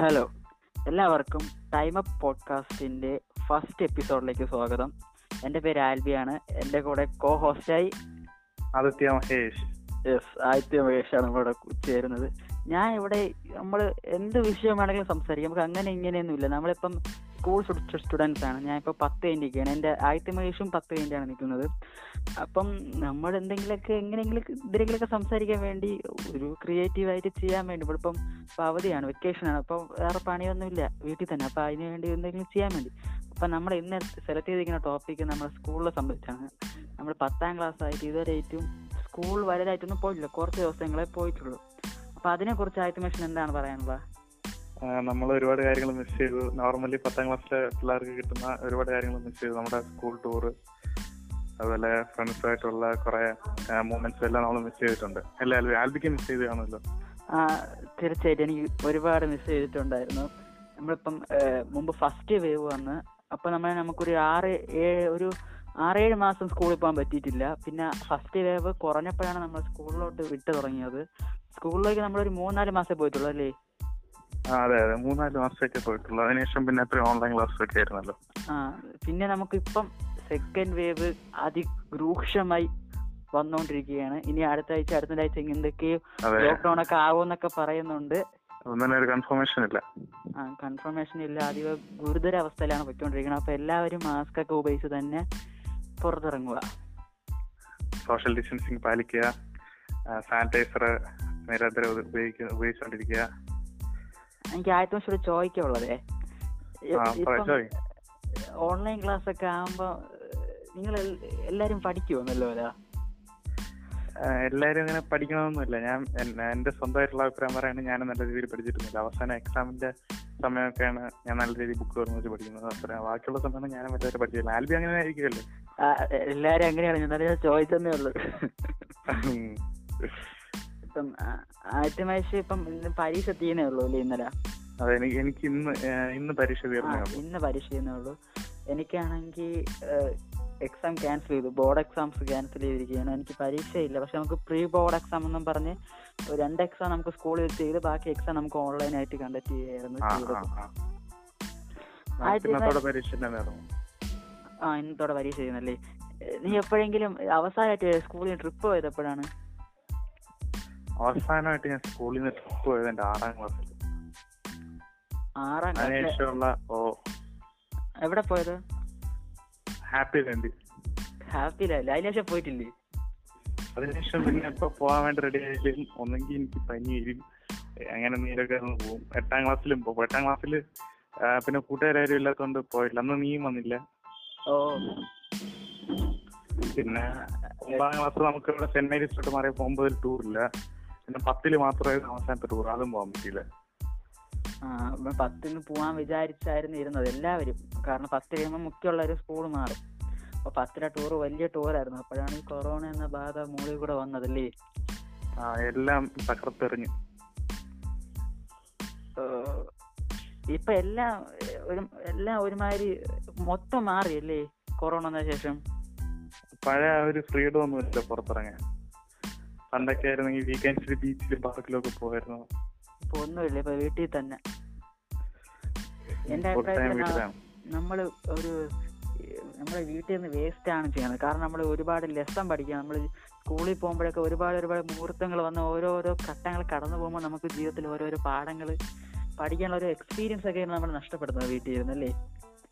Hello എല്ലാവർക്കും time up പോഡ്കാസ്റ്റിന്റെ first എപ്പിസോഡിലേക്ക് സ്വാഗതം എൻ്റെ പേര് ആൽബിയാണ് എൻ്റെ കൂടെ കോ ഹോസ്റ്റായി ആദിത്യ മഹേഷ് യെസ് ആദിത്യ മഹേഷാണ് ഇവിടെ ചേരുന്നത് ഞാൻ ഇവിടെ നമ്മൾ എന്ത് വിഷയം വേണമെങ്കിലും സംസാരിക്കാം നമുക്ക് അങ്ങനെ ഇങ്ങനെയൊന്നും ഇല്ല നമ്മളിപ്പം സ്കൂൾ സ്റ്റുഡൻസ് ആണ് ഞാനിപ്പോൾ പത്ത് കഴിഞ്ഞിരിക്കുകയാണ് എൻ്റെ ആദിത്യ മഹേഷും പത്ത് കഴിഞ്ഞാണ് നിൽക്കുന്നത് അപ്പം നമ്മൾ എന്തെങ്കിലുമൊക്കെ എങ്ങനെയെങ്കിലും എന്തെങ്കിലുമൊക്കെ സംസാരിക്കാൻ വേണ്ടി ഒരു ക്രിയേറ്റീവ് ആയിട്ട് ചെയ്യാൻ വേണ്ടി ഇവിടിപ്പം ഇപ്പം അവധിയാണ് വെക്കേഷനാണ് അപ്പോൾ വേറെ പണിയൊന്നുമില്ല വീട്ടിൽ തന്നെ അപ്പോൾ അതിന് വേണ്ടി എന്തെങ്കിലും ചെയ്യാൻ വേണ്ടി അപ്പം നമ്മൾ ഇന്ന് സെലക്ട് ചെയ്തിരിക്കുന്ന ടോപ്പിക്ക് നമ്മുടെ സ്കൂളിനെ സംബന്ധിച്ചാണ് നമ്മൾ പത്താം ക്ലാസ് ആയിട്ട് ഇതുവരെയായിട്ടും സ്കൂൾ വലുതായിട്ടൊന്നും പോയില്ല കുറച്ച് ദിവസങ്ങളെ പോയിട്ടുള്ളൂ അപ്പം അതിനെക്കുറിച്ച് ആയിട്ട് മെഷൻ എന്താണ് പറയാനുള്ളത് നമ്മൾ ഒരുപാട് കാര്യങ്ങൾ മിസ് ചെയ്തു നോർമലി പത്താം ക്ലാസ്സിലെ പിള്ളേർക്ക് കിട്ടുന്ന ഒരുപാട് കാര്യങ്ങൾ മിസ് ചെയ്തു നമ്മുടെ സ്കൂൾ ടൂർ അതുപോലെ ഫ്രണ്ട്സുമായിട്ടുള്ള കുറെ മൂമെന്റ്സ് എല്ലാം നമ്മൾ മിസ് ചെയ്തിട്ടുണ്ട് അല്ല ആൽബി ആൽബിക്ക് മിസ് ചെയ്ത് കാണുമല്ലോ ആ, തീർച്ചയായിട്ടും എനിക്ക് ഒരുപാട് മിസ് ചെയ്തിട്ടുണ്ടായിരുന്നു നമ്മളിപ്പം ഏ, മുമ്പ് ഫസ്റ്റ് വേവ് വന്ന് അപ്പം നമ്മളെ നമുക്കൊരു ആറ് ഏഴ് ഒരു ആറേഴ് മാസം സ്കൂളിൽ പോകാൻ പറ്റിയിട്ടില്ല പിന്നെ ഫസ്റ്റ് വേവ് കുറഞ്ഞപ്പോഴാണ് നമ്മൾ സ്കൂളിലോട്ട് വിട്ടു തുടങ്ങിയത് സ്കൂളിലേക്ക് നമ്മളൊരു മൂന്നാല് മാസേ പോയിട്ടുള്ളൂ അല്ലേ ആ അതെ അതെ മൂന്നാല് മാസമൊക്കെ പോയിട്ടുള്ളൂ അതിനുശേഷം പിന്നെ അത്രയും ഓൺലൈൻ ക്ലാസ് ഒക്കെ ആയിരുന്നല്ലോ ആ പിന്നെ നമുക്കിപ്പം സെക്കൻഡ് വേവ് അതിരൂക്ഷമായി വന്നുകൊണ്ടിരിക്കുകയാണ് ഇനി അടുത്ത ആഴ്ച അടുത്ത ആഴ്ച എന്തൊക്കെയോ അതെ ലോക്ക്ഡൗൺ ഒക്കെ ആവുമെന്നൊക്കെ പറയുന്നുണ്ട് ഒന്നും തന്നെ ഒരു കൺഫർമേഷൻ ഇല്ല ആ കൺഫർമേഷൻ ഇല്ല അതീവ ഗുരുതര അവസ്ഥയിലാണ് പൊയ്ക്കൊണ്ടിരിക്കുന്നത് അപ്പൊ എല്ലാവരും മാസ്ക് ഒക്കെ ഉപയോഗിച്ച് തന്നെ പുറത്തിറങ്ങുക സോഷ്യൽ ഡിസ്റ്റൻസിങ് പാലിക്കുക സാനിറ്റൈസർ നിരന്തരം ഉപ- ഉപയോഗിക്ക- ഉപയോഗിച്ചുകൊണ്ടിരിക്കുക എനിക്ക് ആദ്യത്തെ പക്ഷേ ചോദിക്കുള്ളതേ ആ, പറ, ചോയ്. ഓൺലൈൻ ക്ലാസ് ഒക്കെ ആകുമ്പോ നിങ്ങൾ എല്ലാരും പഠിക്കുമോ നല്ലപോലെ ആഹ് എല്ലാരും ഇങ്ങനെ പഠിക്കണമെന്നില്ല ഞാൻ എൻ- എന്റെ സ്വന്തമായിട്ടുള്ള അഭിപ്രായം പറയാണ് ഞാൻ നല്ല രീതിയിൽ പഠിച്ചിട്ടൊന്നുമില്ല അവസാന എക്സാമിന്റെ സമയമൊക്കെയാണ് ഞാൻ നല്ല രീതിയിൽ ബുക്ക് തുറന്നു വെച്ച് പഠിക്കുന്നത് അത്രയും ബാക്കിയുള്ള സമയം ഞാൻ വലുതായിട്ട് പഠിച്ചില്ല ആൽബി അങ്ങനെ ആയിരിക്കുമല്ലോ ആ, എല്ലാരും അങ്ങനെയാണ് ഞാൻ എന്നാലും ഞാൻ ചോദിച്ചെന്നേ ഉള്ളൂ ഇപ്പം ആറ്റുമാശ് ഇപ്പം ഇന്ന് പരീക്ഷ തീയേ ഉള്ളൂ അല്ലേ ഇന്നലെ അതെ എനിക്ക് എനിക്ക് ഇന്ന് ഏഹ് ഇന്ന് പരീക്ഷ ആ, തീർന്നേ ഉള്ളൂ ഇന്ന് പരീക്ഷ ചെയ്യുന്നേ ഉള്ളൂ എനിക്കാണെങ്കിൽ എക്സാം ക്യാൻസൽ ചെയ്തു ബോർഡ് എക്സാംസ് ക്യാൻസൽ ചെയ്തിരിക്കുകയാണ് എനിക്ക് പരീക്ഷയില്ല പക്ഷെ നമുക്ക് പ്രീ ബോർഡ് എക്സാം എന്നും പറഞ്ഞ് ഒരു രണ്ട് എക്സാം നമുക്ക് സ്കൂളിൽ വെച്ച് ചെയ്ത് ബാക്കി എക്സാം നമുക്ക് ഓൺലൈനായിട്ട് കണ്ടക്ട് ചെയ്യായിരുന്നു ആ ചെയ്തത്. ആ ആ ആദ്യം ഇന്നത്തോടെ പരീക്ഷ തന്നെ നേർന്നു ആ ഇന്നത്തോടെ പരീക്ഷ ചെയ്യുന്നല്ലേ ഏഹ്, നീ എപ്പോഴെങ്കിലും അവസാനമായിട്ട് സ്കൂളിൽ ട്രിപ്പ് പോയതെപ്പോഴാണ് അവസാനമായിട്ട് ഞാൻ സ്കൂളിൽ നിന്ന് ട്രിപ്പ് പോയത് എന്റെ ആറാം ക്ലാസ്സിൽ ആറാം ക്ലാസ് അതിനുശേഷമുള്ള ഓ എവിടെ പോയത് ഹാപ്പി വേണ്ടി ഹാപ്പിയിലല്ലേ അതിനുശേഷം പോയിട്ടില്ലേ അതിനുശേഷം പിന്നെ ഇപ്പൊ പോകാൻ വേണ്ടി റെഡി ആയാലും ഒന്നെങ്കിൽ എനിക്ക് പനി വരും അങ്ങനെ നീരൊക്കെ അങ്ങ് പോകും എട്ടാം ക്ലാസ്സിലും പോകും എട്ടാം ക്ലാസ്സിൽ പിന്നെ കൂട്ടുകാരും ഇല്ലാത്തതുകൊണ്ട് പോയില്ല അന്ന് നീയും വന്നില്ല ഓ പിന്നെ ഒമ്പതാം ക്ലാസ് നമുക്ക് ഇവിടെ ചെന്നൈ തൊട്ട് മാറിയ പോകുമ്പോൾ ടൂർ ഇല്ല പിന്നെ പത്തില് മാത്രമേ അവസാനത്തെ ടൂർ അതും പോകാൻ പറ്റിയില്ല ആ നമ്മൾ പത്തിന് പോവാൻ വിചാരിച്ചായിരുന്നു ഇരുന്നത് എല്ലാവരും കാരണം പത്ത് കഴിയുമ്പോൾ മുഖ്യമുള്ള ഒരു സ്കൂൾ മാറും അപ്പൊ പത്തിലെ ടൂർ വലിയ ടൂറായിരുന്നു അപ്പോഴാണ് ഈ കൊറോണ എന്ന ബാധ മൂളിൽ കൂടെ വന്നതല്ലേ ആ, എല്ലാം തകർത്തെറിഞ്ഞു ഏഹ് ഇപ്പൊ എല്ലാം ഏഹ്, ഒരു എല്ലാം ഒരുമാതിരി മൊത്തം മാറിയല്ലേ കൊറോണ എന്ന ശേഷം പഴയ ആ ഒരു ഫ്രീഡം ഒന്നും ഇല്ല പുറത്തിറങ്ങാൻ പണ്ടൊക്കെ ആയിരുന്നെങ്കിൽ വീക്കെൻഡ്സിൽ ബീച്ചിലും പാർക്കിലും ഒക്കെ പോയിരുന്നു ഇപ്പൊ ഒന്നുമില്ല ഇപ്പൊ വീട്ടിൽ തന്നെ എന്റെ ഫുൾ ടൈം അഭിപ്രായത്തിൽ ആ- വീട്ടിലാണ് നമ്മൾ ഒരു ഏഹ് നമ്മുടെ വീട്ടിൽ നിന്ന് വേസ്റ്റ് ആണ് ചെയ്യുന്നത് കാരണം നമ്മൾ ഒരുപാട് ലെസൺ പഠിക്കുക നമ്മൾ സ്കൂളിൽ പോകുമ്പോഴൊക്കെ ഒരുപാട് ഒരുപാട് മുഹൂർത്തങ്ങൾ വന്ന ഓരോരോ ഘട്ടങ്ങൾ കടന്നു പോകുമ്പോൾ നമുക്ക് ജീവിതത്തിൽ ഓരോരോ പാഠങ്ങൾ പഠിക്കാനുള്ള ഒരു എക്സ്പീരിയൻസ് ഒക്കെയാണ് നമ്മൾ നഷ്ടപ്പെടുന്നത് വീട്ടിൽ ഇരുന്നല്ലേ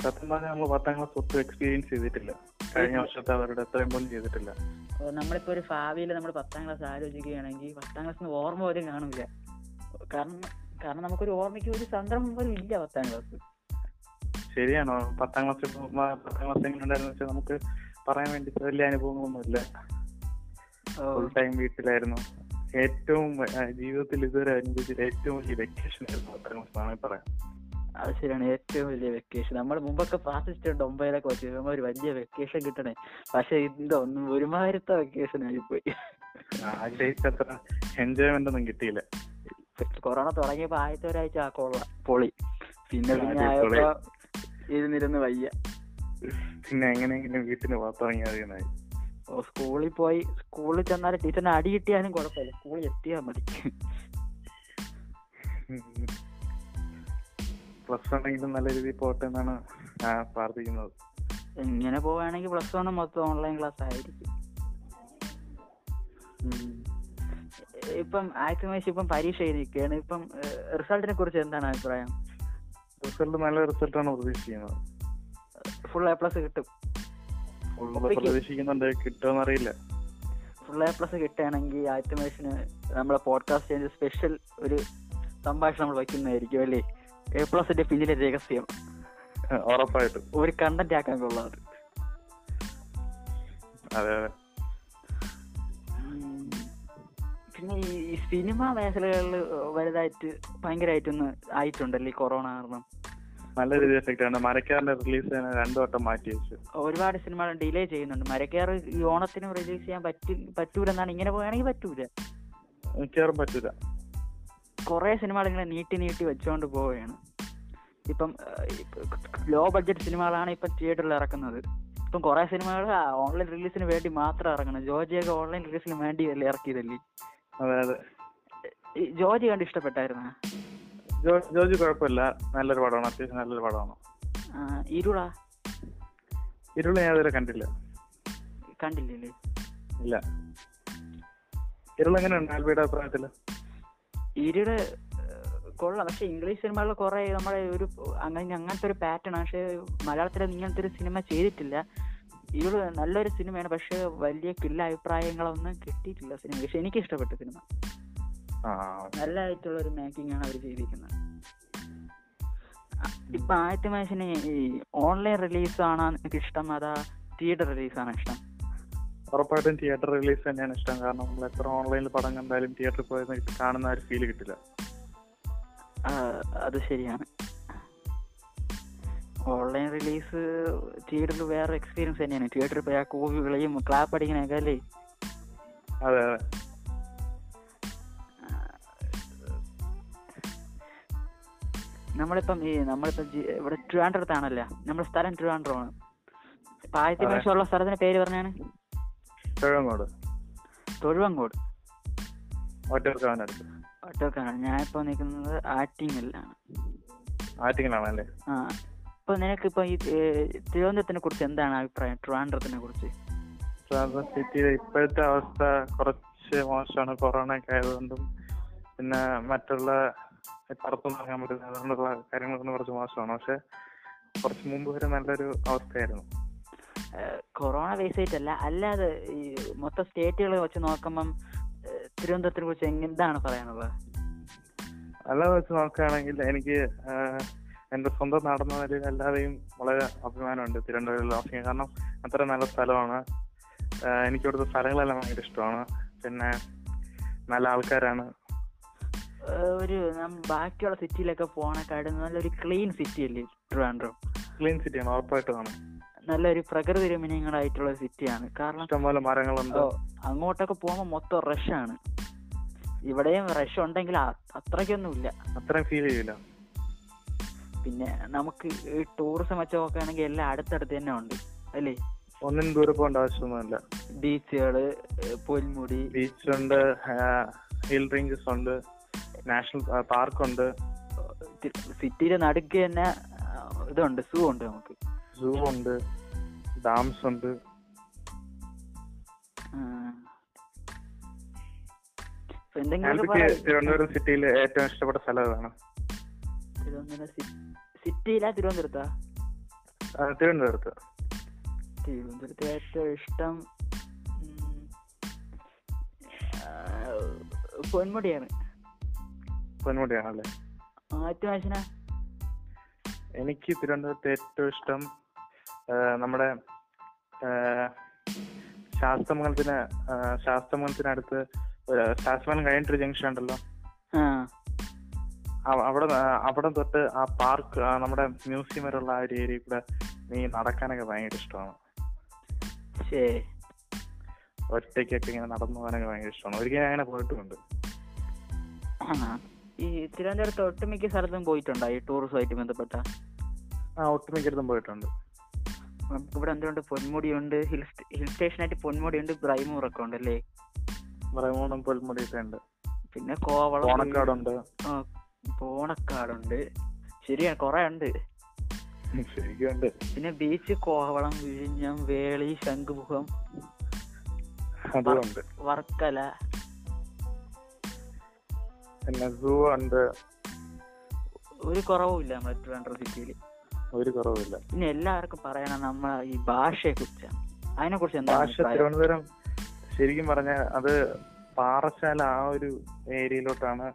സത്യം പറഞ്ഞാൽ നമ്മൾ പത്താം ക്ലാസ് ഒട്ടും എക്സ്പീരിയൻസ് ചെയ്തിട്ടില്ല കഴിഞ്ഞ വർഷത്തെ അവരുടെ അത്രയും പോലും ചെയ്തിട്ടില്ല അപ്പോൾ നമ്മളിപ്പോൾ ഒരു ഭാവിയിൽ നമ്മൾ പത്താം ക്ലാസ് ആലോചിക്കുകയാണെങ്കിൽ പത്താം ക്ലാസ്സിന് ഓർമ്മ പോലും കാണില്ല കാരണം കാരണം നമുക്കൊരു ഓർമ്മയ്ക്ക് ഒരു സന്ദർഭം പോലും ഇല്ല പത്താം ക്ലാസ് ശരിയാണോ പത്താം ക്ലാസ് പത്താം ക്ലാസ് എങ്ങനെ ഉണ്ടായിരുന്നു വെച്ചാൽ നമുക്ക് പറയാൻ വേണ്ടി വലിയ അനുഭവങ്ങളൊന്നും ഇല്ല ഫുൾ ടൈം വീട്ടിലായിരുന്നു ഏറ്റവും ആ, ജീവിതത്തിൽ ഇതുവരെ അനുഭവിച്ച ഏറ്റവും വലിയ വെക്കേഷൻ ആയിരുന്നു പത്താം ക്ലാസ് എന്നാണ് പറയാം അത് ശരിയാണ് ഏറ്റവും വലിയ വെക്കേഷൻ നമ്മൾ മുമ്പൊക്കെ പ്രാർത്ഥിച്ചിട്ടുണ്ട് ഒമ്പതിലൊക്കെ വെച്ച് ഇവന്മാർ ഒരു വലിയ വെക്കേഷൻ കിട്ടണേ പക്ഷെ ഇതൊന്നും ഒരുമാതിരത്തെ വെക്കേഷൻ ആയിപ്പോയി ആഗ്രഹിച്ചത്ര എൻജോയ്മെന്റ് ഒന്നും കിട്ടിയില്ല കൊറോണ തുടങ്ങിയപ്പോ ആദ്യത്തെ ഒരാഴ്ച ആ കൊള്ള പൊളി പിന്നെ പിന്നെ ആദ്യം പൊളി. ആയപ്പോ ഇരുന്നിരുന്ന് വയ്യ പിന്നെ എങ്ങനെയെങ്കിലും വീട്ടിന് പുറത്തിറങ്ങി അറിയണായി ഓ സ്കൂളിൽ പോയി സ്കൂളിൽ ചെന്നാൽ ടീച്ചറിന് അടി കിട്ടിയാലും കുഴപ്പമില്ല സ്കൂളിൽ എത്തിയാൽ മതി പ്ലസ് വൺ എങ്കിലും നല്ല രീതിയിൽ പോട്ടെ എന്നാണ് ഞാൻ പ്രാർത്ഥിക്കുന്നത് ഇങ്ങനെ പോവുകയാണെങ്കിൽ പ്ലസ് വൺ മൊത്തം ഓൺലൈൻ ക്ലാസ് ആയിരിക്കും ഉം. ഇപ്പം ആയിരത്തി മേശ് ഇപ്പം പരീക്ഷ എഴുതിയിരിക്കുകയാണ് ഇപ്പം റിസൾട്ടിനെ കുറിച്ച് എന്താണ് അഭിപ്രായം റിസൾട്ട് നല്ല റിസൾട്ടാണ് പ്രതീക്ഷിക്കുന്നത് ഫുൾ എ പ്ലസ് കിട്ടും Full ഒപ്പിക്ക്. പ്രതീക്ഷിക്കുന്നുണ്ട് കിട്ടുമെന്ന് അറിയില്ല ഫുൾ എ പ്ലസ് കിട്ടുകയാണെങ്കിൽ ആയിരത്തി മേശിന് നമ്മളെ പോഡ്കാസ്റ്റ് ചെയ്ത് സ്പെഷ്യൽ ഒരു സംഭാഷണം നമ്മൾ വയ്ക്കുന്നതായിരിക്കും അല്ലേ എ പ്ലസിന്റെ പിന്നിലെ രഹസ്യം ഉറപ്പായിട്ടും ഒരു കണ്ടന്റ് ആക്കാൻ കൊള്ളാറ് അതെ അതെ ഉം. പിന്നെ ഈ സിനിമ മേഖലകളിൽ വലുതായിട്ട് ഭയങ്കരമായിട്ടൊന്ന് ആയിട്ടുണ്ടല്ലേ ഈ കൊറോണ കാരണം നല്ല രീതിയിൽ എഫക്റ്റ് ആണ് മരക്കാരന്റെ റിലീസ് തന്നെ രണ്ടു വട്ടം മാറ്റി വെച്ചു ഒരുപാട് സിനിമകൾ ഡിലേ ചെയ്യുന്നുണ്ട് മരക്കാറ് ഈ ഓണത്തിന് റിലീസ് ചെയ്യാൻ പറ്റി പറ്റൂലെന്നാണ് ഇങ്ങനെ പോവുകയാണെങ്കിൽ പറ്റൂല മിക്കവാറും പറ്റൂല കുറേ സിനിമകൾ ഇങ്ങനെ നീട്ടി നീട്ടി വെച്ചുകൊണ്ട് പോവുകയാണ് ഇപ്പം ലോ ബഡ്ജറ്റ് സിനിമകളാണ് ഇപ്പം തിയേറ്ററിൽ ഇറക്കുന്നത് ഇപ്പം കുറേ സിനിമകൾ ഓൺലൈൻ റിലീസിന് വേണ്ടി മാത്രം ഇറങ്ങണം ജോജിയൊക്കെ ഓൺലൈൻ റിലീസിന് വേണ്ടി അല്ലേ ഇറക്കിയതല്ലേ അതെ അതെ ഈ ജോജി കണ്ട് ഇഷ്ടപ്പെട്ടായിരുന്ന ജോ- ജോജി കുഴപ്പമില്ല നല്ലൊരു പടമാണ് അത്യാവശ്യം നല്ലൊരു പടമാണ് ഇരുളാ ഇരുള് ഞാൻ ഇതുവരെ കണ്ടില്ല കണ്ടില്ലേ ഇല്ല ഇരുള് എങ്ങനെയുണ്ട് ആൽബിയുടെ അഭിപ്രായത്തില് ഇരുട് ഏഹ്, കൊള്ളാം പക്ഷെ ഇംഗ്ലീഷ് സിനിമകളിൽ കുറെ നമ്മുടെ ഒരു അങ്ങനെ അങ്ങനത്തെ ഒരു പാറ്റേൺ പക്ഷെ മലയാളത്തിൽ ഇങ്ങനത്തെ ഒരു സിനിമ ചെയ്തിട്ടില്ല ഇരുട് നല്ലൊരു സിനിമയാണ് പക്ഷെ വലിയ കില്ല അഭിപ്രായങ്ങളൊന്നും കിട്ടിയിട്ടില്ല സിനിമ പക്ഷെ എനിക്ക് ഇഷ്ടപ്പെട്ട സിനിമ ആ നല്ലതായിട്ടുള്ള ഒരു മേക്കിംഗ് ആണ് അവർ ചെയ്തിരിക്കുന്നത് അ- ഇപ്പൊ ആദ്യത്തെ മനുഷ്യന് ഈ ഓൺലൈൻ റിലീസ് ആണോ നിനക്ക് ഇഷ്ടം അതാ തിയേറ്റർ റിലീസ് ആണോ ഇഷ്ടം ഉറപ്പായിട്ടും തിയേറ്റർ റിലീസ് തന്നെയാണ് ഇഷ്ടം കാരണം നമ്മൾ എത്ര ഓൺലൈനിൽ പടം കണ്ടാലും തിയേറ്ററിൽ പോയി കാണുന്ന ആ ഒരു ഫീൽ കിട്ടില്ല ആ, അത് ശരിയാണ് ഓൺലൈൻ റിലീസ് തിയേറ്ററിൽ വേറെ എക്സ്പീരിയൻസ് തന്നെയാണ് തിയേറ്ററിൽ പോയി ആ കോവി വിളയും ക്ലാപ്പ് അടിക്കണൊക്കെ അല്ലേ അതെ അതെ ആ, നമ്മളിപ്പം ഈ നമ്മളിപ്പം ജി- ഇവിടെ ട്രിവാൻഡ്രത്താണല്ലോ നമ്മുടെ സ്ഥലം ട്രിവാൻഡ്രമാണ് ഇപ്പം ആദ്യത്തെ അതെ. പ്രാവശ്യം ഉള്ള സ്ഥലത്തിന്റെ പേര് പറഞ്ഞാണ് കിഴങ്ങോട് തൊഴുവങ്കോട് ഒറ്റവർക്കാവിനടുത്ത് ഒട്ടോക്കാണ് ഞാനിപ്പോൾ നിൽക്കുന്നത് ആറ്റിങ്ങലിലാണ് ആറ്റിങ്ങലാണല്ലേ ആ ഇപ്പൊ നിനക്കിപ്പോ ഈ ഏ, തിരുവനന്തപുരത്തിനെ കുറിച്ച് എന്താണ് അഭിപ്രായം ട്രിവാൻഡ്രത്തിനെ കുറിച്ച് ട്രാൻസ്ഫർ സിറ്റിയിലെ ഇപ്പോഴത്തെ അവസ്ഥ കുറച്ച് മോശമാണ് കൊറോണ ഒക്കെ ആയതുകൊണ്ടും പിന്നെ മറ്റുള്ള പുറത്തൊന്നും ഇറങ്ങാൻ പറ്റില്ല അതുകൊണ്ടുള്ള കാര്യങ്ങളൊന്നും കുറച്ച് മോശമാണ് പക്ഷെ കുറച്ച് മുമ്പ് വരെ നല്ലൊരു അവസ്ഥയായിരുന്നു കൊറോണ ബേസ് ആയിട്ടല്ല അല്ലാതെ ഈ മൊത്തം സ്റ്റേറ്റുകൾ വെച്ച് നോക്കുമ്പം ഏ, തിരുവനന്തപുരത്തിനെ കുറിച്ച് എങ്ങ- എന്താണ് പറയാനുള്ളത് അല്ലാതെ വെച്ച് നോക്കുകയാണെങ്കിൽ എനിക്ക് ആഹ്, എൻ്റെ സ്വന്തം നടന്ന നിലയിൽ അല്ലാതെയും വളരെ അഭിമാനമുണ്ട് തിരുവനന്തപുരം താമസിക്കാൻ കാരണം അത്ര നല്ല സ്ഥലമാണ് ആഹ്, എനിക്ക് ഇവിടുത്തെ സ്ഥലങ്ങളെല്ലാം ഭയങ്കര ഇഷ്ടമാണ് പിന്നെ നല്ല ആൾക്കാരാണ് ഏ, ഒരു നം- ബാക്കിയുള്ള സിറ്റിയിലൊക്കെ പോണക്കാട് നല്ലൊരു ക്ലീൻ സിറ്റി അല്ലേ ട്രിവാൻഡ്രം ക്ലീൻ സിറ്റിയാണ് ഉറപ്പായിട്ടുമാണ് നല്ലൊരു പ്രകൃതി രമണീയങ്ങളായിട്ടുള്ള സിറ്റിയാണ് കാരണം ഇഷ്ടംപോലെ മരങ്ങളുണ്ട് ഓ, അങ്ങോട്ടൊക്കെ പോകുമ്പോൾ മൊത്തം റഷാണ് ഇവിടെയും റഷ് ഉണ്ടെങ്കിൽ അ- അത്രയ്ക്കൊന്നുമില്ല അത്രയും ഫീൽ ചെയ്യില്ല പിന്നെ നമുക്ക് ഈ ടൂറിസം വെച്ച് നോക്കുകയാണെങ്കിൽ എല്ലാം അടുത്തടുത്ത് തന്നെ ഉണ്ട് അല്ലേ ഒന്നിനും ദൂരെ പോകേണ്ട ആവശ്യമൊന്നുമില്ല ബീച്ചുകള് പൊൽമുടി ബീച്ചുണ്ട് ഹിൽ റേഞ്ചസ് ഉണ്ട് നാഷണൽ പാർക്കുണ്ട് സിറ്റിയുടെ നടുക്ക് തന്നെ ആ, ഇതുണ്ട് സൂ ഉണ്ട് നമുക്ക് സൂ ഉണ്ട് ഡാംസ് ഉണ്ട് ആ. ഇപ്പൊ എന്തെങ്കിലും ആൽബിക്ക് തിരുവനന്തപുരം സിറ്റിയിൽ ഏറ്റവും ഇഷ്ടപ്പെട്ട സ്ഥലം ഏതാണ് സിറ്റിയിലാ തിരുവനന്തപുരത്താ ആ, തിരുവനന്തപുരത്ത് തിരുവനന്തപുരത്ത് ഏറ്റവും ഇഷ്ടം ഉം, ആ, പൊന്മുടിയാണ് പൊന്മുടിയാണല്ലേ ആറ്റു മനുഷ്യന എനിക്ക് തിരുവനന്തപുരത്ത് ഏറ്റവും ഇഷ്ടം ആ, നമ്മുടെ ശാസ്ത്രമംഗലത്തിന് ശാസ്ത്രമംഗലത്തിനടുത്ത് ഒരു ശാസ്ത്രമംഗലം കഴിഞ്ഞിട്ടൊരു ജംഗ്ഷൻ ഉണ്ടല്ലോ ആ അവ- അവിടെ ന- അവിടെ തൊട്ട് ആ പാർക്ക് ആ നമ്മുടെ മ്യൂസിയം വരെയുള്ള ആ ഒരു ഏരിയ കൂടെ നീ നടക്കാനൊക്കെ ഭയങ്കര ഇഷ്ടമാണ് ശേ ഒറ്റയ്ക്കൊക്കെ ഇങ്ങനെ നടന്നു പോകാനൊക്കെ ഭയങ്കര ഇഷ്ടമാണ് ഒരിക്കലും ഞാൻ അങ്ങനെ പോയിട്ടുമുണ്ട് ആ. ഈ തിരുവനന്തപുരത്ത് ഒട്ടുമിക്ക സ്ഥലത്തും പോയിട്ടുണ്ടോ ഈ ടൂറിസമായിട്ട് ബന്ധപ്പെട്ട ആ ഒട്ടുമിക്കടുത്തും പോയിട്ടുണ്ട് നമുക്ക് ഇവിടെ എന്തുകൊണ്ട് പൊന്മുടിയുണ്ട് ഹിൽ ഹിൽ സ്റ്റേഷനായിട്ട് പൊന്മുടിയുണ്ട് ബ്രൈമൂറൊക്കെ ഉണ്ട് അല്ലേ മറമൂണും പൊൽമുടിയൊക്കെ ഉണ്ട് പിന്നെ കോവളം ഓണക്കാടുണ്ട് ആ, പോണക്കാടുണ്ട് ശരിയാണ് കൊറേ ഉണ്ട് ശരിക്കുണ്ട് പിന്നെ ബീച്ച് കോവളം വിഴിഞ്ഞം വേളി ശംഖുമുഖം അതുകൊണ്ട് വർക്കല പിന്നെ സൂ ഉണ്ട് ഒരു കുറവുമില്ല നമ്മുടെ ട്രിവാൻഡ്രം സിറ്റിയിൽ ഒരു കുറവില്ല പിന്നെ എല്ലാവർക്കും പറയണം നമ്മളെ ഈ ഭാഷയെ കുറിച്ചാണ് അതിനെ കുറിച്ച് എന്താ ഭാഷ തിരുവനന്തപുരം ശരിക്കും പറഞ്ഞാൽ അത് പാറശാല ആ ഒരു ഏരിയയിലോട്ടാണ്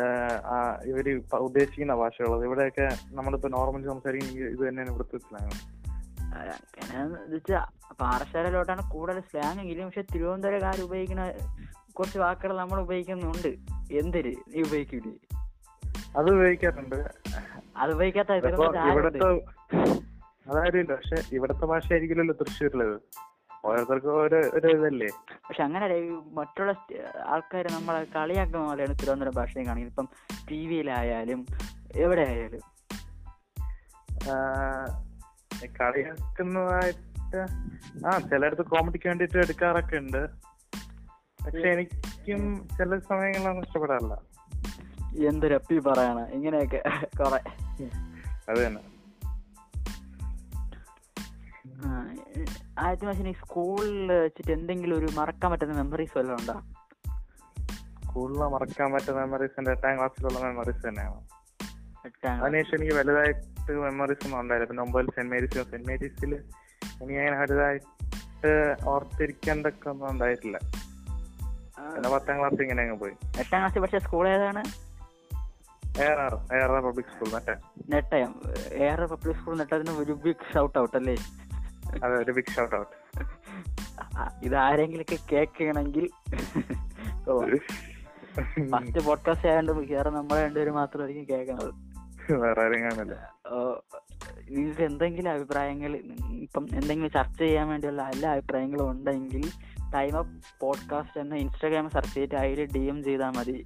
ഏഹ്, ആ ഇവര് പ- ഉദ്ദേശിക്കുന്ന ഭാഷയുള്ളത് ഇവിടെയൊക്കെ നമ്മളിപ്പോ നോർമലി സംസാരിക്കുന്ന ഈ ഇത് തന്നെയാണ് ഇവിടുത്തെ slang. വെച്ചാൽ പാറശാലയിലോട്ടാണ് കൂടുതൽ സ്ലാങ് എങ്കിലും പക്ഷെ തിരുവനന്തപുരക്കാർ ഉപയോഗിക്കുന്ന കുറച്ച് വാക്കുകൾ നമ്മൾ ഉപയോഗിക്കുന്നുണ്ട് എന്തൊരു നീ ഉപയോഗിക്കൂലേ അത് ഉപയോഗിക്കാറുണ്ട് അത് ഉപയോഗിക്കാത്ത അപ്പൊ ഇതൊക്കെ ആരുണ്ട്? ഇവിടത്തെ അതായത് പക്ഷെ ഇവിടത്തെ ഭാഷ ആയിരിക്കില്ലല്ലോ തൃശ്ശൂരിലത് ഓരോരുത്തർക്കും ഓരോ ഒരു ഇതല്ലേ പക്ഷെ അങ്ങനെ മറ്റുള്ള ആൾക്കാർ നമ്മളെ കളിയാക്കുന്ന പോലെയാണ് തിരുവനന്തപുരം ഭാഷയും കാണിക്കുന്നത് ഇപ്പം ടി വിയിലായാലും എവിടെ ആയാലും ആഹ്, കളിയാക്കുന്നതായിട്ട് ആ ചിലയിടത്ത് കോമഡിക്ക് വേണ്ടിയിട്ട് എടുക്കാറൊക്കെ ഉണ്ട് പക്ഷെ എനിക്കും ചില സമയങ്ങളിലൊന്നും ഇഷ്ടപ്പെടാറില്ല എന്തൊരപ്പി പറയണ ഇങ്ങനെയൊക്കെ കുറെ അത് തന്നെ ആദ്യത്തെ മാസം സ്കൂളിൽ വെച്ചിട്ട് എന്തെങ്കിലും ഒരു മറക്കാൻ പറ്റുന്ന മെമ്മറീസ് വല്ലതും ഉണ്ടോ സ്കൂളിൽ മറക്കാൻ പറ്റുന്ന മെമ്മറീസ് എന്റെ എട്ടാം ക്ലാസ്സിലുള്ള മെമ്മറീസ് തന്നെയാണ് എട്ടാം class. അതിനുശേഷം എനിക്ക് വലുതായിട്ട് മെമ്മറീസ് ഒന്നും ഉണ്ടായില്ല പിന്നെ ഒമ്പതിൽ സെന്റ് മേരീസ് സെന്റ് മേരീസിൽ എനിക്ക് അങ്ങനെ വലുതായിട്ട് ഓർത്തിരിക്കേണ്ടൊക്കെ ഒന്നും ഉണ്ടായിട്ടില്ല ആ, പിന്നെ പത്താം ക്ലാസ് ഇങ്ങനെ അങ്ങ് പോയി എട്ടാം ക്ലാസ്സിൽ പഠിച്ച സ്കൂൾ ഏതാണ് ഏറാർ ഏറാർ പബ്ലിക് സ്കൂൾ മറ്റേ നെട്ടയം ഏറെ പബ്ലിക് സ്കൂൾ നെട്ടയത്തിന് ഒരു ബിഗ് ഷൗട്ട് ഔട്ട് അല്ലേ അതെ ഒരു ബിഗ് ഷൗട്ട് ഔട്ട് ഇത് ആരെങ്കിലൊക്കെ കേൾക്കണമെങ്കിൽ ഫസ്റ്റ് പോഡ്കാസ്റ്റ് ആയതുകൊണ്ട് വേറെ നമ്മളെ രണ്ടുപേരും മാത്രമായിരിക്കും കേൾക്കുന്നത് വേറെ ആരും കാണില്ല ഓ, നിങ്ങൾക്ക് എന്തെങ്കിലും അഭിപ്രായങ്ങൾ ഇപ്പം എന്തെങ്കിലും ചർച്ച ചെയ്യാൻ വേണ്ടിയുള്ള എല്ലാ അഭിപ്രായങ്ങളും ഉണ്ടെങ്കിൽ ടൈം അപ്പ് പോഡ്കാസ്റ്റ് എന്ന ഇൻസ്റ്റാഗ്രാം സെർച്ച് ചെയ്തിട്ട് അതിൽ ഡി എം ചെയ്താൽ മതി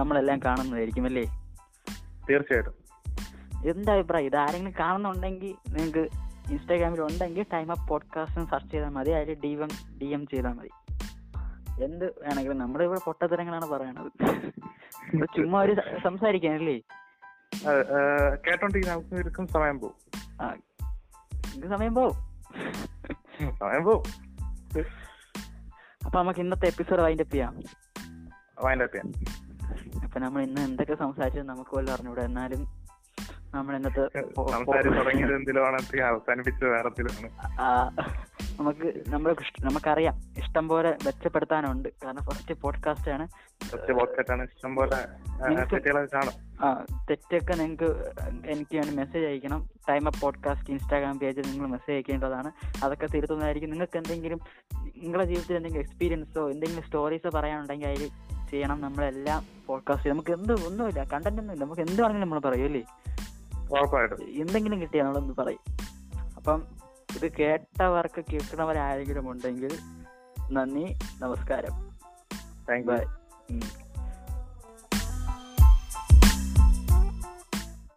നമ്മളെല്ലാം കാണുന്നതായിരിക്കും അല്ലേ തീർച്ചയായിട്ടും എന്ത് അഭിപ്രായം ഇത് ആരെങ്കിലും കാണുന്നുണ്ടെങ്കിൽ നിങ്ങൾക്ക് ഇൻസ്റ്റാഗ്രാമിൽ ഉണ്ടെങ്കിൽ ടൈം അപ്പ് പോഡ്കാസ്റ്റ് സെർച്ച് ചെയ്താൽ മതി അതിൽ ഡി എം ഡി എം ചെയ്താൽ മതി എന്ത് വേണമെങ്കിലും നമ്മുടെ ഇവിടെ പൊട്ടത്തരങ്ങളാണ് പറയണത് ഇവിടെ ചുമ്മാ ഒരു സംസാരിക്കാനല്ലേ അതെ, ഏഹ്, കേട്ടോണ്ടിരിക്കുന്ന ആൾക്കാർക്കും സമയം പോവും ആ ഇത് സമയം പോവും സമയം പോവും അപ്പൊ നമുക്ക് ഇന്നത്തെ എപ്പിസോഡ് വൈൻഡ് അപ്പ് ചെയ്യാം വൈൻഡ് അപ്പ് ചെയ്യാൻ അപ്പൊ നമ്മൾ ഇന്ന് എന്തൊക്കെ സംസാരിച്ചത് നമുക്ക് വല്ല അറിഞ്ഞൂടെ എന്നാലും നമ്മൾ ഇന്നത്തെ പോ- സംസാരിച്ച് തുടങ്ങിയത് എന്തിലാണ് അവസാനിപ്പിച്ചത് വേറെ എന്തിലാണ് ആ, നമുക്ക് നമ്മളെ ഇഷ്ട- നമുക്കറിയാം ഇഷ്ടം പോലെ മെച്ചപ്പെടുത്താനുണ്ട് കാരണം ഫസ്റ്റ് പോഡ്കാസ്റ്റ് ആണ് ഫസ്റ്റ് പോക്കറ്റാണ് ഇഷ്ടം പോലെ നിങ്ങൾക്ക് സെറ്റുകളെ കാണും ആ, തെറ്റൊക്കെ നിങ്ങൾക്ക് എനിക്ക് വേണ്ടി മെസ്സേജ് അയക്കണം ടൈം അപ്പ് പോഡ്കാസ്റ്റ് ഇൻസ്റ്റാഗ്രാം പേജിൽ നിങ്ങൾ മെസ്സേജ് അയക്കേണ്ടതാണ് അതൊക്കെ തിരുത്തുന്നതായിരിക്കും നിങ്ങൾക്ക് എന്തെങ്കിലും നിങ്ങളുടെ ജീവിതത്തിൽ എന്തെങ്കിലും എക്സ്പീരിയൻസോ എന്തെങ്കിലും സ്റ്റോറീസോ പറയാനുണ്ടെങ്കിൽ അതിൽ ചെയ്യണം നമ്മളെല്ലാം പോഡ്കാസ്റ്റ് നമുക്ക് എന്ത് ഒന്നുമില്ല കണ്ടന്റ് ഒന്നുമില്ല നമുക്ക് എന്ത് പറഞ്ഞാലും നമ്മൾ പറയും അല്ലേ ഉറപ്പായിട്ടും എന്തെങ്കിലും കിട്ടിയാൽ നമ്മളൊന്ന് പറയും അപ്പം ഇത് കേട്ടവർക്ക് കേൾക്കുന്നവരാരെങ്കിലും ഉണ്ടെങ്കിൽ നന്ദി നമസ്കാരം താങ്ക് യു ബൈ